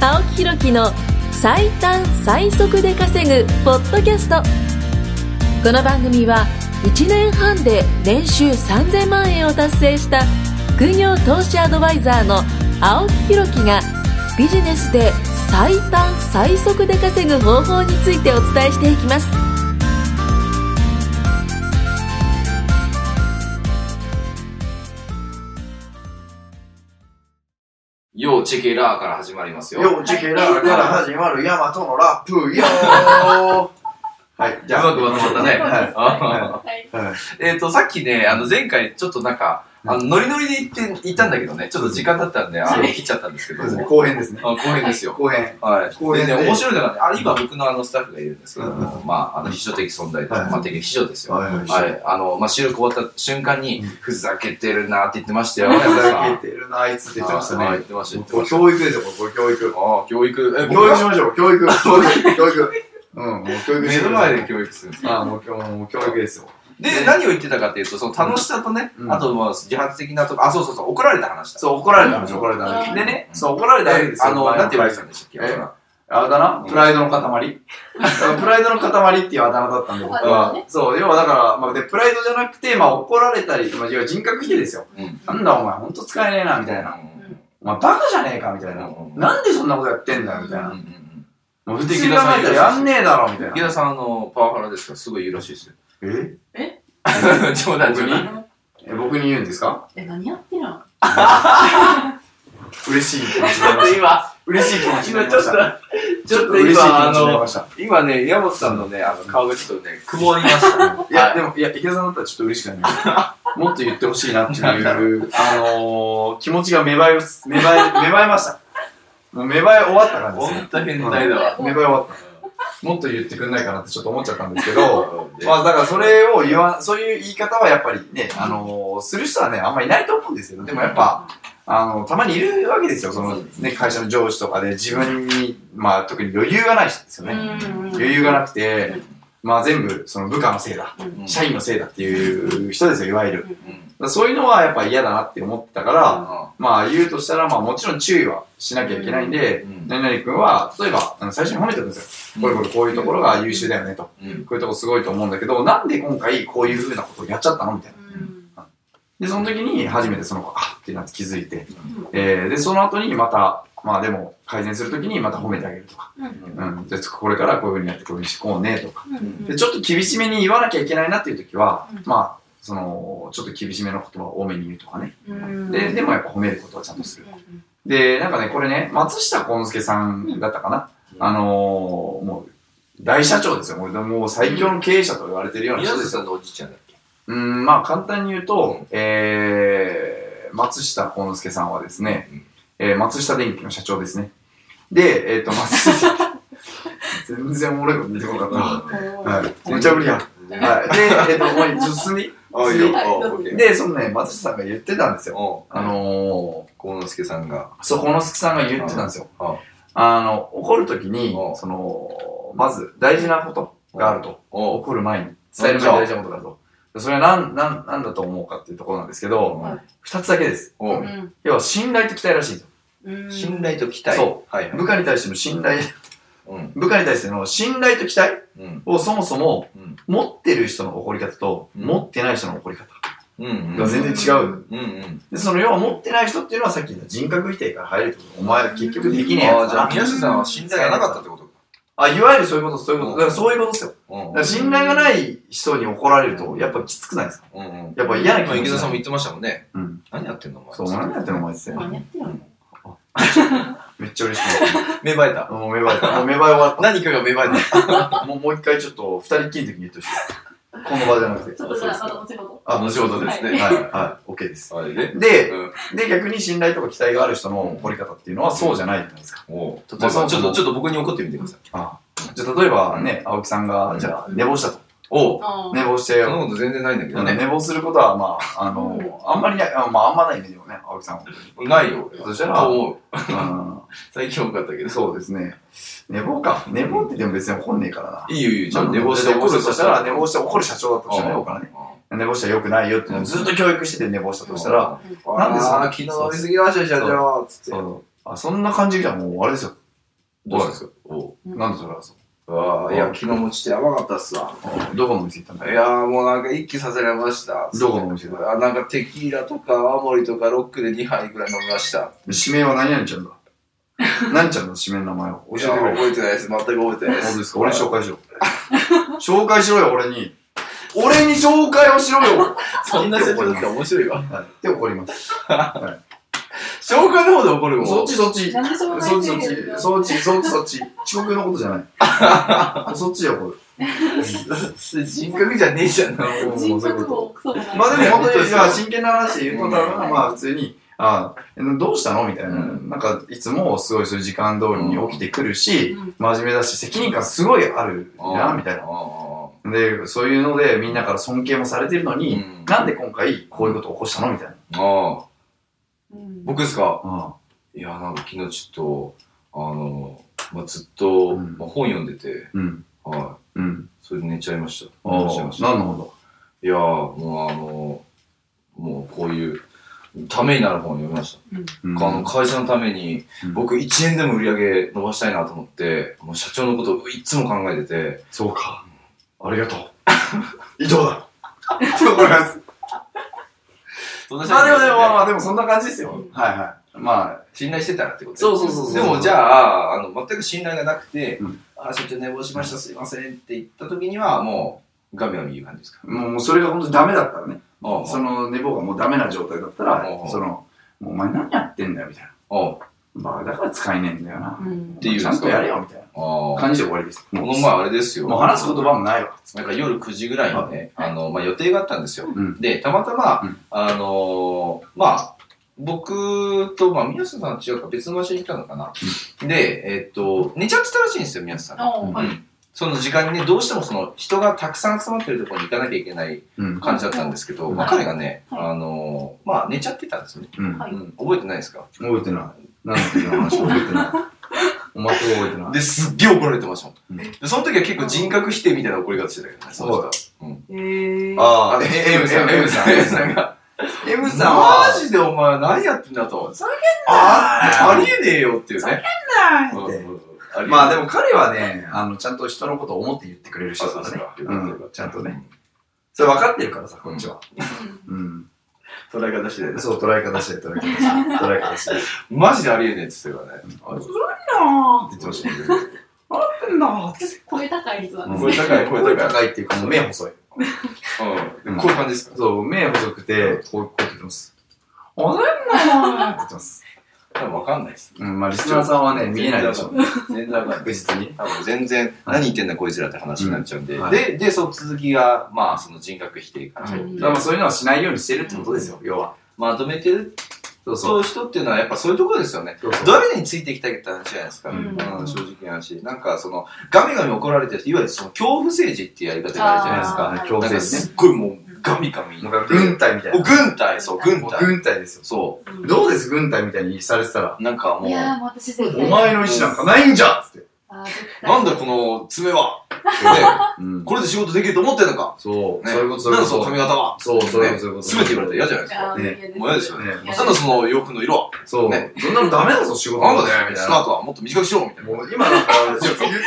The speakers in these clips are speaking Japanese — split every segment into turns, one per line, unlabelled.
青木ひろきの最短最速で稼ぐポッドキャストこの番組は1年半で年収3000万円を達成した副業投資アドバイザーの青木ひろきがビジネスで最短最速で稼ぐ方法についてお伝えしていきます
ようチェケラーから始まりますよ。
よう、ジケラーから始まるヤマトのラップ、よーはい、じゃあ。
うまくまとまったね
はい
あ
はい。
はいはい。
ーえっと、さっきね、あの、前回ちょっとなんか、あの、ノリノリで行って、行ったんだけどね、ちょっと時間だったんで、あの、切っちゃったんですけど
そうですね、
も、
後編ですね
あ。後編ですよ。
後編。
は
公
い。
園
で
で
ね、面白いのがね、あれ今僕のあのスタッフがいるんですけど
うん
も、まあ、あの、秘書的存在です。
はい
まあ、的秘書ですよ。
はいはい
はい。あの、まあ、収録終わった瞬間に
うん、
ふざけてるなって言ってましたよ。
ふざけてるな、あいつって言ってました
はい言
ね
っ。てました、言って
ご
ました。
教育ですよ、ご教育。
ああ、教育。え、
教
僕
育し
は
ましょう、教育。教育、教育。うん、もう教育
目
して
の
くださ
前
い
で教育するんですよ
ああ、もう今日、もう教育ですよ。
で、
ね
何を言ってたかっていうと、その楽しさとね、
うん
あとまあ自発的なとこ、あ、そうそうそう、怒られた話だ。
そう、怒られたんですよ。
怒られた
う
話
ん
でね、そう、怒られたわけ
で
ですよ。
あの、
前
なんて言われてたんでしたっけ
え
あだ名プライドの塊プライドの塊っていうあだ名だったんで、僕
あ
は。
のね、
そう、要はだから、まあ、で、プライドじゃなくて、まあ、怒られたり、まあ、要は人格否定ですよ。
うん
なんだお前、ほんと使えねえな、みたいな。お前、バカじゃねえか、みたいな。なんでそんなことやってんだよ、みたいな。もう普通に考えたらやんねえだろ、みたい
池田
な。
さん、あの、パワハラですから、すごい言うらしいですよ。
え
冗談冗
僕
談。
にえ僕に言うんですか
え、何やってんの
嬉しい気持ち
ちょっと今、嬉しい気持ちになりました。ちょっと嬉しい気持ちになりました。
今ね、山本さんのね、あの、顔がちょっとね、曇りましたね。
いや、でも、いや、池田さんだったらちょっと嬉しくなりました。 もっと言ってほしいなっていう、あのー、気持ちが芽生えます、芽生え、芽生えました。もう芽生え終わった感じです
本
ね。
当変態だわ。
芽生え終わった。もっと言ってくんないかなってちょっと思っちゃったんですけど、まあだからそ
い
れを言わん、そういう言い方はやっぱりね、あのー、する人はね、あんまりいないと思うんですけど、でもやっぱ、あの、たまにいるわけですよ、その、ね、会社の上司とかで自分に、まあ特に余裕がない人ですよね。余裕がなくて、まあ全部、その部下のせいだ。
うん
社員のせいだっていう人ですよ、いわゆる。だか
うん
らそういうのはやっぱ嫌だなって思ってたから、
あ
まあ言うとしたら、まあもちろん注意はしなきゃいけないんで、
うん
何々君は、例えば、あの最初に褒めておくんです
う
よ。
ん
これこれこういうところが優秀だよねと。
うん
こういうとこすごいと思うんだけど、なんで今回こういう風なことをやっちゃったのみたいな。で、その時に初めてその子、あってなって気づいて、えー、で、その後にまた、まあでも改善するときにまた褒めてあげるとか、うん、じゃあこれからこういう風にやってこういう風にしてこうねとか。でちょっと厳しめに言わなきゃいけないなっていう時は、
うん
まあそのちょっと厳しめの言葉を多めに言うとかね、ででもやっぱ褒めることはちゃんとする、でなんかねこれね松下幸之助さんだったかな、
うん
あのーもう大社長ですよもうもう最強の経営者と言われてるような
宮
人で
崎
す
さ
よ
んのおじいちゃんだっけ
うんまあ簡単に言うと、
うん
えー、松下幸之助さんはですね、えー、松下電機の社長ですねでえっ、と松下全然俺も出てこなかったわはい。めちゃぶりやん。 はい。で、えっと、もうちょっと進んでいい
ああ、いいよ。あオッケー
で、そのね、松下さんが言ってたんですよ。
お
あの
幸之助さんが。
ー、そこのすきさんが言ってたんですよ。
あ
あの、怒るときに
う、ん
その、まず大事なことがあると。
お
怒る前に伝える前に大事なことがあると。それは何、なん、なんだと思うかっていうところなんですけど、
はい
二つだけです。
お
要は信頼と期待らしいんですよ。
信頼と期待。。
そう
はいはい。
部下に対しての信頼、
うん。
部下に対しての信頼と期待
うん。
をそもそも
うん
持ってる人の怒り方と、
うん
持ってない人の怒り方
うん。
が全然違う
うんうん。
で、その要は持ってない人っていうのはさっき言った人格否定から入るってこと。お前結局できねえ
あ
や
あ、
つ
じゃ
だ
あ
な。
宮下さんは信頼がなかったってことか。
あ、いわゆるそういうこと、そういうこと。だからそういうことですよ。だ
うん
から信頼がない人に怒られると、やっぱきつくないですか
うんうん。
やっぱ嫌な気
今
持
池
ち
田さんも
に
言ってましたもんね。
うん。
何やってんのお前。
そう、お前何やってんのお前っつって。めっちゃ嬉しくなっ
芽生えた。
た。もう芽生えた。もう芽生え終わっ
何かが芽生えた。
た。もうもう一回ちょっと、二人っきりの時に言ってほしいです。この場じゃなくて。
ちょっとじゃあ、また後ほど。
あ、
後
後
ほ
ほ
ど
ど
で
ですす
ね
ね。はい、はい、OK です。
あれで
で、
うん
で、逆に信頼とか期待がある人の怒り方っていうのはそうじゃないじゃないですか。
おう例えば、ちょっと、ちょっと僕に怒ってみてください。
あじゃあ、例えばね、青木さんが、じゃあ、寝坊したと。
おう
あ
寝坊して、
そんなこと全然ないんだけどね。
寝坊することは、まあ、あの、あんまりない、あまあ、あんまないね、でもね、青木さんは。
ないよ。
そしたら
と思う。
う
最近多かったけ
ん、
ど。
そうですね。寝坊か。寝坊ってでも別に怒んねえからな。
いいよいいよ。じゃあ寝坊して
怒
怒
る
る
と
と
し
したた
ら、
ら、
寝坊して怒る社長だとしたら、
うん
僕はね。寝坊したら良くないよっていうのをずっと教育してて寝坊したとしたら、
なんでそんな
昨日
昨日飲
飲み
み
す
すぎましたじゃ
ゃあじ
あ、つって
そ。うあそんな感じじゃもうあれですよ。
どうしたんですか
なんでそれはそう。
おああ、いや、昨日もちょっとやばかったっすわ。
どこの店行ったんだ
いやーもうなんか一気させられました。
どこのお店だ
あなんかテキーラとか泡盛とかロックで2杯ぐらい飲みました。
指名は何々ちゃんだ。何ちゃんの指名の名前を
おい
教
や
えてくれ。
覚えてないです。全く覚えてないで
本当
す。
ですか俺に紹介しろ。紹介しろよ、俺に。俺に紹介をしろよ
そんな説明だって面白いわ。
って怒ります。
紹介の方で怒るもん。
そっちそっち。
なんでそんな
そっちそっち。そっちそっちそっち。遅刻のことじゃない。そっちで怒る。
人格じゃねえじゃん。
人格もクソもない。
まあでも本当に、
そうそう
まあ真剣な話で言うと、多分
うん
まあ普通に、あどうしたのみたいな。
うん
なんか、いつもすごいそういう時間通りに起きてくるし、
うん
真面目だし、責任感すごいあるな、みたいな。
な。
で、そういうので、みんなから尊敬もされてるのに、なんで今回こういうことを起こしたのみたいな。
ああ。
うん
僕ですか
あ
いや、なんか昨日ちょっと、あの、まあ、ずっと、
うん
まあ、本読んでて、
あうん。
は
うん
い。。それで寝ちゃいました。
ああ
寝ちゃいました。
何のこ
いやー、もうあの、もうこういう、ためになる本を読みました。
とう
あの会社のために
うん
僕1円でも売り上げ伸ばしたいなと思ってもう社長のことをいつも考えてて
そうか。ありがと う。以上だ。って思います。
そんな社
ま あ
長
でもでもまあ
ね
まあでもそんな感じですよ。はいはい。まあ、
信頼してたらってこと
そうそうそうそう
でもじゃああの全く信頼がなくて
うん
「ああ社長寝坊しましたすいません」って言った時にはもう画面を見る感じですか
もうそれが本当にダメだったらね。
ああ
その寝坊がもうダメな状態だった
う
ら、
ん
その、もうお前何やってんだよみたいな。
ああ
まあだから使えねえんだよな。
うん
ていうんです
ち
か
ゃんとやれよみたい
ああ
な感じで終わりです。
こ
も
の前あれです
う
よ
もう話す言葉もないわ。
なんか夜9時ぐらいにね、あの、まあ、予定があったんですよ。
うん
で、たまたま、
うん
あのーまあ、僕と、まあ、宮下さんは違うか別の場所に行ったのかな。で、えっと、寝ちゃってたらしいんですよ、宮下さんが。
あはい
うんその時間にね、どうしてもその人がたくさん集まってるところに行かなきゃいけない
うん。
感じだったんですけど、
うん
まあ、彼がね、
はい
あのーまあ、寝ちゃってたんですね。
うん。
はい
うん覚えてないですか
覚えてない。何の時の話覚えてない。全く覚えてない。
で、すっげえ怒られてましたも
うん
ん。で、その時は結構人格否定みたいな怒り方してたけどね、の人は
えー
あ
あ
あ、
え M さん、M さん、M さんが。
M さん
マ
は、
ジでお前何やってんだと。あ
あ
りえねえよっていうね。
あ
うんうんうん
まあでも彼はね、あの、ちゃんと人のことを思って言ってくれる人
そう
だか
そう
ら
そう
ね。
よ
う
かったよか
ん
っ、
ちゃ
た
んとね。それ分かってるからさ、こっちは。うん。
捉え方次第です。
そう、捉え方して、捉え方して、捉え方して。
マジでありえねえって言ってたからね。
あずるいなーって言ってまし
声
た。なんだーって。
超えた高い率なんです。
高い、声高い。
いっていうか、もう目細い。
うん。こういう感じですか
そう、目細くて、こう、こうやって言ってます。おなんだー って言ってます。
多分わかんないです。
うん、まあ、リスナーさんはね、見えないでしょうね。
全然わかんない。
確実に。
多分全然、何言ってんだこいつらって話になっちゃうんで
うん。はい
で、で、その続きが、まあ、その人格否定から入っ
だ
て
からまあ、そういうのはしないようにしてるってことですよ、要は。
まとめてる
そうそう。
そう人っていうのはやっぱそういうところですよね。
そうそう
誰についていきたいって話じゃないですか。
う
うんん、正直な話。なんかその、ガミガミ怒られてる人、いわゆるその恐怖政治っていうやり方があるじゃないですか。
あー
な
恐怖
んか
政治
すっごいもう、ガミガミ。
ね。なんか、軍隊みたいな。
お軍隊、そう、軍
もう
隊。
軍隊ですよ。
そ
うん
どうです軍隊みたいにされてたら、
う。なんかも、
いうや
な
ー、もう私絶対。
お前の意思なんかないんじゃっつって。
あー絶対
んだこの爪は、ね
うん
これで仕事できると思ってんのか、
そう、
ね、
そういうこと、そう
ないん
う
だその
こ
髪型は、
と。そう、そういう
ね
こと、そういうこと。
全て言われたら嫌じゃないですか。
あー
ね
嫌
もう嫌ですよ
ね
なんだその洋服の色は、
そう。
ね
そんなのダメだぞ、仕事。
なんだね、
みたい
スカ
な
ートはもっと短くしろ、みたいな。
もう今なんか、言ってる。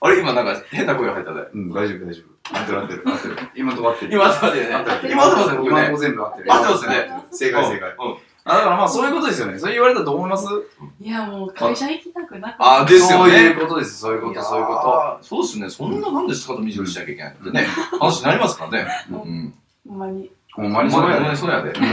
あれ今なんか変な声が入ったで。
うん、大丈夫、大丈夫。合ってる、合ってる、合ってる。今止まってる。
今あったでね
合。ってる、
今あったで僕
今のと
ね
こ。全部合ってる。
合ってますよね
正解、正解。
うん。うん
あ、だからまあ、そういうことですよね。それ言われたらどう思います
いや、もう会社行きたくなかった。
あー、ですよ
そうい
ね
う。ことです、そういうこと、そういうこ
あーそうですね。そんななんでスカート短くしなきゃいけないってね、話になりますからね。
うん
ん。
ほんまに。
と。ほんまに
そ
そううや
や
で
で。。そうやで。
ん
や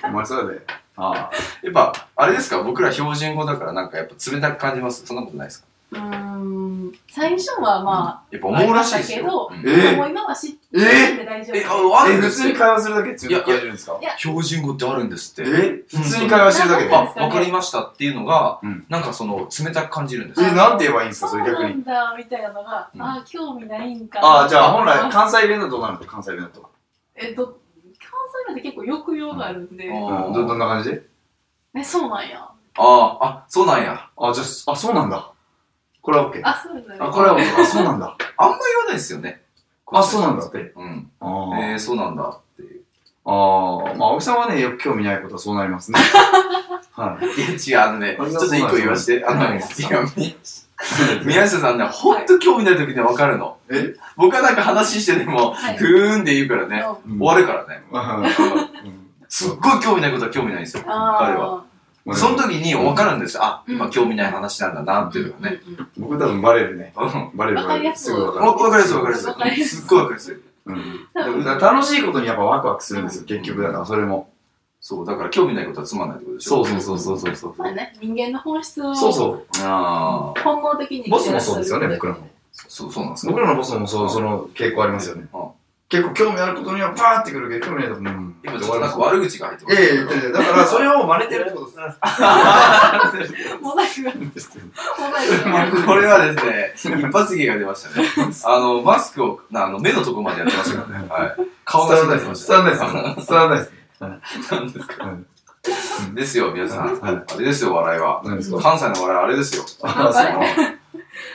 ほんまにそうやで。あ
っぱ、あれですか、僕ら標準語だからなんかやっぱ冷たく感じます。そんなことないですか
うーん。最初はま
やっぱ思うらしいですよ。
え
うん
あ、
ー
もう今は知ってて大丈夫。
え、あ、あ
え、
るんで
普
す
通に
よ。
会話するだけ強く感じるんですか
いや
標準語ってあるんですって。
え普通に会話してるだけで
あ、。わかりましたっていうのが
うん、
なんかその冷たく感じるんです
え、
よ。
なんて言えばいいんですか、
そ
そうれ逆
な
に。
んだ、みたいなのが、
うん
あー、興味ないんか。
ああ、じゃあ本来、関西弁だとどうなの関西弁だと。
えっと、関西弁って結構抑揚があるんで、
あ
うん、
ー
ど、どんな感じで
え、そうなんや。
あー、あ、そうなんや。
あ、じゃあ、あ、そうなんだ。これは OK。
あ、そうなんや。
あ、これは OK。あ、そうなんだ。
あんま言わないですよね。
あ、そうなんだって。
うん。
あー
えー、そうなんだっていう。
あああ、まあ、青木さんはね、よく興味ないことはそうなり ますね。はい。
いや、違う、あのね、ちょっと一個言わせて。あのね、
はい
いや、み宮下さんね、ほんと興味ない時ね、わかるの。
え
僕はなんか話してても、
はい
ふーんって言うからね、
そう
うん
終わるからね。
うん
すっごい興味ないことは興味ないんですよ、彼は。
あ
まあ
その時に分かるんですよ。あ、
うん
今興味ない話なんだな、っていうの
ー
がね。
うんうん
僕多分バレるね。
うん。
バレる
わかりやすい
ぐ
わわかりやすいわ
わ
かり
わか
やす
りや
い。
すい
すっごいわかりやすい。
うん
多分
だから楽しいことにやっぱワクワクするんですよ、結局。だからそれも。
そう、だから興味ないことはつまんないってことでし
そ
ょ。
うそうそうそうそうそう。
そうだね、人間の本質を
そうそう。
ああ、
本能的に
ボスもそうですよね僕らも
そう、そうなんですか。
僕らのボスもそう、その傾向ありますよね
うん。
結構興味あることにはバーってくるけど、興味ないと、うん。
今ちょっとなんか悪口が入ってま
え
す。
え、言っててだからそれを真似てるってことです。
モザイクがモ ザイクが
これはですね、一発芸が出ましたね。あの、マスクを、なあの、目のとこまでやってましたからね。はい。顔が
伝わ
死
ら
ん
な
で
い
ました。
です。伝わらないです。伝わらないです。
なんですか
うん
ですよ、皆さん。
はい
あれですよ、笑いは。
何ですか
関西の笑い、あれですよ。
あ
は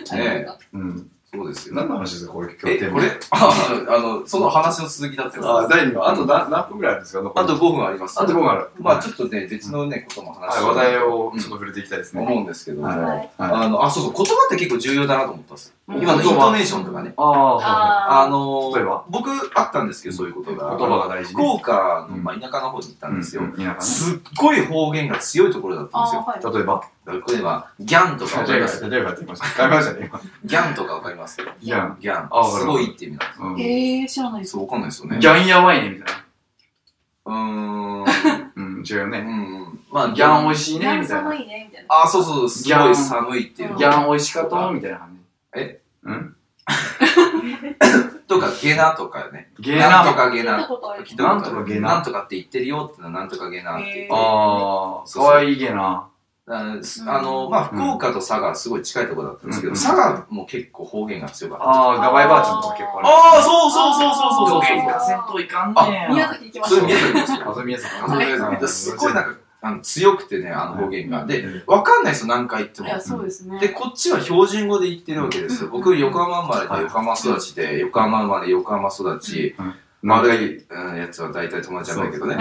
そう
い
ね
うん。
そうですよ。
何の話ですかこれ、今日
え、
テー
こ
マ
れああの、その話の続きだってます
あ、第2話。あとな何分ぐらいあるんですか
あと5分あります。
あと5分ある。
まあちょっとね、別のね、ことも話し
は
て
い、話題をちょっと触れていきたいですね。
思うんですけど、
はい
はい
はい。
あの、あ、そうそう、言葉って結構重要だなと思ったんですよ。
うん
今のイントネーションとかね。
ああ、はい
あ
あー
のー
例えば
僕あったんですけど、そういうこと
言
が。
葉が大事
福岡の、まあ、田舎の方に行ったんですよ。
うん。田舎
すっごい方言が強いところだったんです
あ
よ。
ーはい
ね例えば
例えば、ギャンとかわかり
例え
ま
ば、
す。
例えばって言いました。変えましたね、今。
ギャンとかわかります。
ギャン。
ギャ
あわ
ン。
かる
すごいって意味なんです
うん
へえ知らないです
そう、わかんないですよね。
ギャンやばいね、みたいな。
うーん。
うん、違うよ
う
ね。
ん。まあ、
ギャン
おい
美味しい
ギ
ね、
ャ
み
ン
たいな
寒。いねみたいな
あ、そうそう、すごい寒いっていうの。
ギャン美味しかったみたいな感じ。
え
うん
とか、ゲナとかね。
ゲー
なん
ナ
と
ー。
かゲ
聞いた
ナ。
ことある
聞いた
なん
ことある
かゲ
な
ナ
んとかって言ってるよってのはなんとかゲナって言って
へー
ああ、
そ
か
うそう
わいいゲナ
あのすあの、まあ、
うん
福岡と佐賀すごい近いところだったんですけど、
うん
佐賀も結構方言が強かった。
ああ、ガバイバージョンとか結構ある。
あー、そう
そ
ド
う
キ
そう
ドキせんといかんね
宮
や。
崎行きま
そ
し
れ
た
宮崎ですよ。
あ、それ宮崎。
あの宮崎すごいなんか、あの強くてね、あの方言が。で、わかんないですよ、何回言って
いや
も。
そうですね
で、こっちは標準語で言ってるわけですよ。僕、
うん
横浜生まれで横浜育ちで、横浜生まれ横浜育ち、
丸
丸いうんやつは大体友達なんだけどね。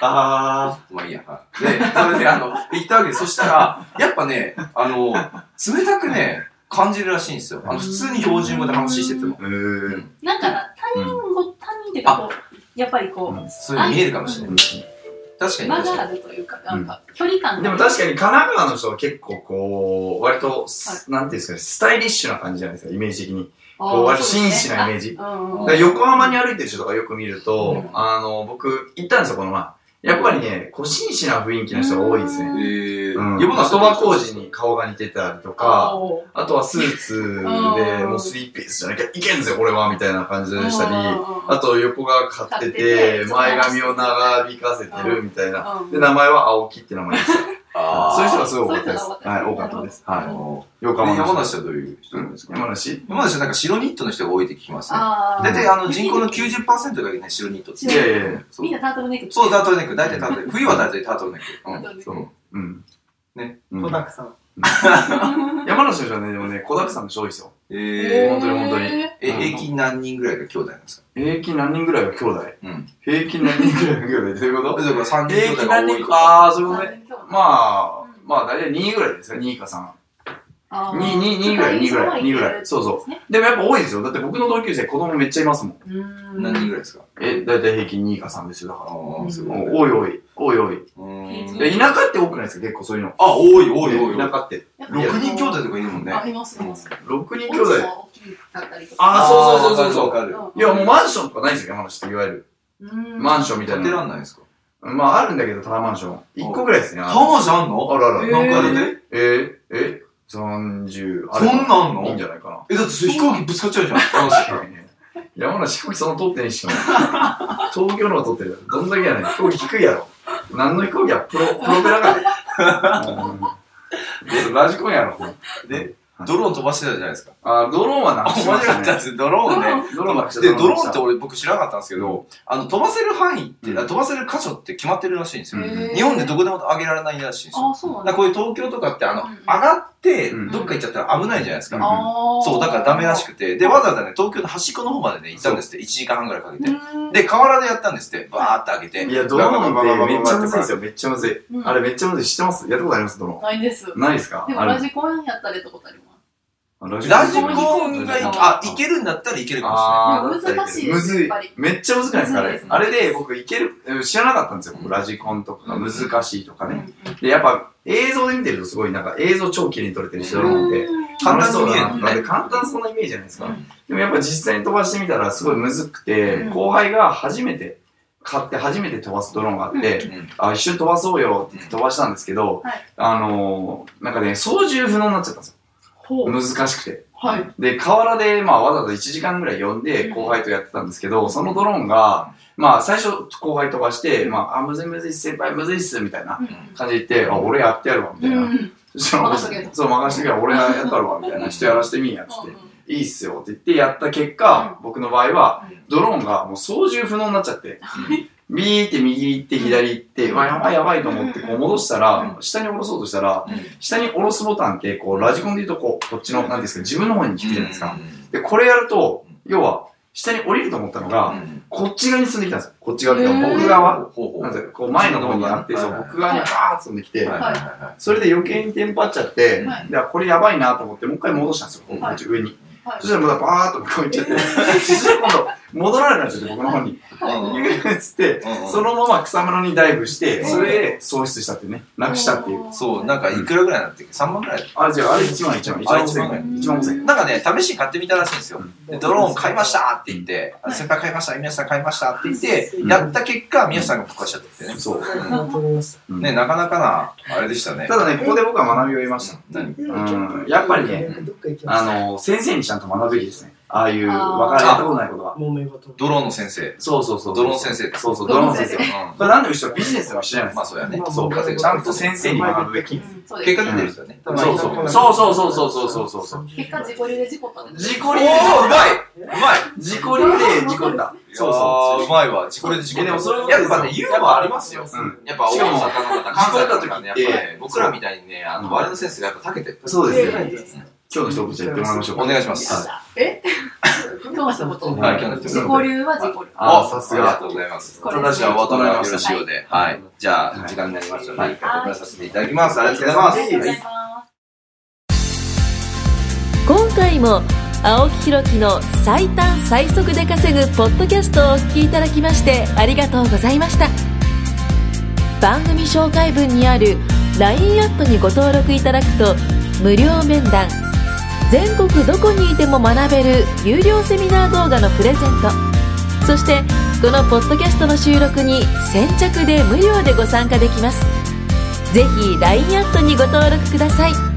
あ
まあいいや、はい。で、それで、あの、行ったわけです。そしたら、やっぱね、あの、冷たくね、感じるらしいんですよ。あの、普通に標準語で話してても。
ー。えー。
なんか他人語他人でこうやっぱりこ
うん
う
そういうふうに見えるかもしれない。確かに
間
確
が
か
あるというかなんか距離感
でも
が
確かに神奈川の人は結構こう、割とす、なんていうんですかね、スタイリッシュな感じじゃないですか、イメージ的に。
あ
こう、
ー
割と
そうで
紳
す
士
ね
なイメージ。
あうんうん
だから横浜に歩いてる人とかよく見ると、
うん
あの、僕、行ったんですよ、この前。やっぱりね、こう、紳士な雰囲気の人が多いです
う
ね。
に。え
うん。
横の
言
人
葉工事に顔が似てたりとか、
おー
あとはスーツで、
うん
もうスリーピースじゃなきゃいけんぜ、俺は、みたいな感じでしたり、
うんうんうん
あと横が買って
買って
て、
て
前髪を長引かせてるみたいな。
うん
で、名前は青木って名前です。そういう人がすごい多かったです。
そういう人
はい、多か
が多か
っ
ったた
で
ですす。
は
の
い。横浜の
山
人。
梨はどういう人なんですか
山梨
山梨はなんか白ニットの人が多いって聞きますね。
あー
大体あの人口の90%がね、白ニットって。
いやいやいや、
そ
みんな
う、
タートルネック着て
そ
る
うタートルネック、大体タートルネック。冬は大体タートルネック。うん。
そう。うん。
ね。
うん
小沢さん。
山梨の人はね、でもね、子だくさんの人多いですよ。
えー
本当に本当に
へ
え、平均何人ぐらいが兄弟なんですか
平均何人ぐらいが兄弟
うん。
平均何人ぐらいが兄 弟どういうこ
だから3人
と
兄
平
弟
均
が
何
多い
人か。あー、そういうことね。
ーそう
まあ、まあ大体2位ぐらいですか、2位か3
あー
二二二ぐらい二ぐらい二ぐらいそうそう。でもやっぱ多いですよ。だって僕の同級生子供めっちゃいますもん。
うーん
何人ぐらいですか
え、大体平均2位か3ですよ、だから
あ。あ、すごい。
お多い多い。多い多い。
うん
で田舎って多くないですか結構そういうの。
あ、多い、多い、多い。
田舎って。
やっぱり
6人兄弟とかいるもんね。
あ、います、います。
6人兄弟。
お家が大きかったりとか。
ああ、そうそうそうそ
わ
うそう。
かるわか
いや、もうマンションとかないんですよ、山梨って。いわゆる。
うん、
マンションみ
る。
たい
建てら
な。
んないですか
まあ、あるんだけど、タワーマンション。1個ぐらいですね。
タ
あ
ワーじゃあんの
あるあ
え
る。
ー
なんかあ
なんかあ
る
れで
えー、え ?30、あ
そん
れ
なんあん
いいん
の
じゃないかな。
え、だってそれ飛行機ぶつかっちゃうじゃん。
確かにね。山梨飛行機その通ってんしかも。東京のは通ってるよ。どんだけやねん。飛行機低いやろ。何の飛行機や、プロ、プロペラかね。うんラジコンやろ。
で、ドローン飛ばしてたじゃないですか。
あ、ドローンはな
あ、面
くし
白
まし
か
た
った
ね
で。すね、ドローンね。
ドローンなくし
で、
た
ドローンって
ド
俺僕知らなかったんですけど、あの、飛ばせる範囲って、
うん
あ飛ばせる箇所って決まってるらしいんですよ。
うん
日本でどこでも上げられないらしいんですよ。
あ、そうな
だ
ん
か
だ
ら。こういう東京とかって、あの、
うん
上がって、
うん
どっか行っちゃったら危ないじゃないですか。
うん
あー
そう、だからダメらしくて。で、わざわざね、東京の端っこの方までね、行ったんですって。1時間半ぐらいかけて。
うん
で、河原でやったんですって。バーって上げて。
いや、ド
ド
ロ
ロ
ー
ー
ン
ン
っ
ってて
め
め
っ
っ
ち
ち
ゃ
ゃ
む
む
ず
ずい
いで
ですす
よ。めっちゃむずい。
うん
あれめっちゃむずい。知ってますやったことありますドロ
ないです。
ーン。ないですか
でも
あ
ラ
れ
ジコンやったらやったことありま
ラ
ラジ
ジ
コ
コ
ン
ン
が
が
い
い
け
け、
あ、いけるんだったらいけるかもしれない。
あー
いや難しいです
むず
や
い
っぱり。
めっちゃ難しいですか、あ
む
れ
ずいで。す
あれで僕、いける、知らなかったんですよ。僕ラジコンとかが難しいとかね。で、やっぱ映像で見てるとすごいなんか映像超綺麗に撮れてるし、ド
う
ローン
ん。
って。
簡
楽し
単
そ
に
う
見える
だ
もん
な。だって
ね。
簡単そうなイメージじゃないですか
う。
でもやっぱ実際に飛ばしてみたらすごいむずくて
う、ん
後輩が初めて、買って初めて飛ばすドローンがあって、あ、一瞬飛ばそうよって飛ばしたんですけど、
はい
あのーなんかね、操縦不能になっちゃったんです
ほ
よ。
う。
難しくて。
はい。
で、河原で、まあ、わざわざ1時間ぐらい呼んで、
うん
後輩とやってたんですけど、そのドローンが、まあ、最初、後輩飛ばして、まあ、あ、むずいむずいっす、先輩むずいっす、みたいな感じで言って、あ、俺やってやるわ、みた
う
い
ん。
な。
うん
そしたら、
任せとけと
そう、任せとけば俺やったるわ、みたいな。人やらしてみんや、つって。いいっすよ、って言ってやった結果、僕の場合は
うん、
ドローンがもう操縦不能になっちゃって、
はい
ビーって右行って左行って、うわ、やばいやばいと思って、こう戻したら、
う
下に下ろそうとしたら
うん、
下に下ろすボタンって、こう、ラジコンで言うと、こう、こっちの、なんていうんですか、自分の方に
う
引く
ん
じゃないですか。で、これやると
うん、
要は、下に降りると思ったの
う
が、
ん
こっち側に進んできたんですよ。こっち側っていうか、
へー
僕側。
ほうほう
なんですよこう、前の方にあって、
はい
そ、
はいうはい
僕側にバーッと飛んできて
はい、はいは
それで余計にテンパっちゃって、
はい
でこれやばいなと思って、もう一回戻したんですよ、こうこっち上に。
はい
そしたらまたバーッと向こう行っちゃって、そしたら今度、戻られたんですよ、僕の方に。
いう ん。
っつって、
うんうん
そのまま草むらにダイブして、
うん
それで喪失したっていうね、なくしたっていう。
そう、なんかいくらぐらいになってる ?3 万ぐらい
あ、違う、あれ1万1万、1
あ
万
一
5000
万
円。
円
1万5000円。
なんかね、試しに買ってみたらしいんですよ。
う
で
ん
ドローン買いましたって言って、
はい
先輩買いました、皆さん買いましたって言って、
うん
やった結果、皆さんが復活しちゃったってね。
そう。うん
ね、なかなかな、あれでしたね。
ただね、ここで僕は学びを得ました。
何
うん、やっぱりね、あの、先生にちゃんと学ぶべきですね。ああいう、
あー
わからやったことないことは。
ドローンの先生。
そうそうそう。
ドローン先生です
そうそう、ドローン先生。
ドロ
これなんでも一緒、ビジネスの一緒じゃないです
まあ
か。
そうやね。
そう
稼ぐ
ちゃんと先生に学ぶべき。
うんそうです
結果出てるんですよね。
そう
まあ
そう。そうそうそうそうそうそうそう。
結果、自己流で事故ったんです。
自己
お
流
ー、うま
で、
いうまい
自己流で事故った。そうそう
う。う。まいわ。自己で自己
いやでもそういうこと
や
です
っ
よ
ぱね、ユーモアありますよ。
うん
やっぱ、大阪の方、関西の方ね、やっぱ
事故った時っ
ね
て、
僕らみたいにね、あの、我の先生がやっぱ、たけてる。
そうですよ。
す
今日の一言じゃ言ってもらいましょうか。
お願いします
はい
はい、今日の
今日の一言。
人
自己流は自己流。
あ
お
さす
ありが
が。
とうございます。
これ
正しいは渡辺よろしいようで。
は
は
い
い。じゃ
は
あ、
い
時間になりましたの
は
で、
い
一回お答えさせていただきます。ありがとうございます。
ありがとう
は
ござ
い
います。
今回も青木ひろきの最短最速で稼ぐポッドキャストをお聞きいただきましてありがとうございました番組紹介文にある LINE アットにご登録いただくと無料面談全国どこにいても学べる有料セミナー動画のプレゼントそしてこのポッドキャストの収録に先着で無料でご参加できますぜひ LINE アットにご登録ください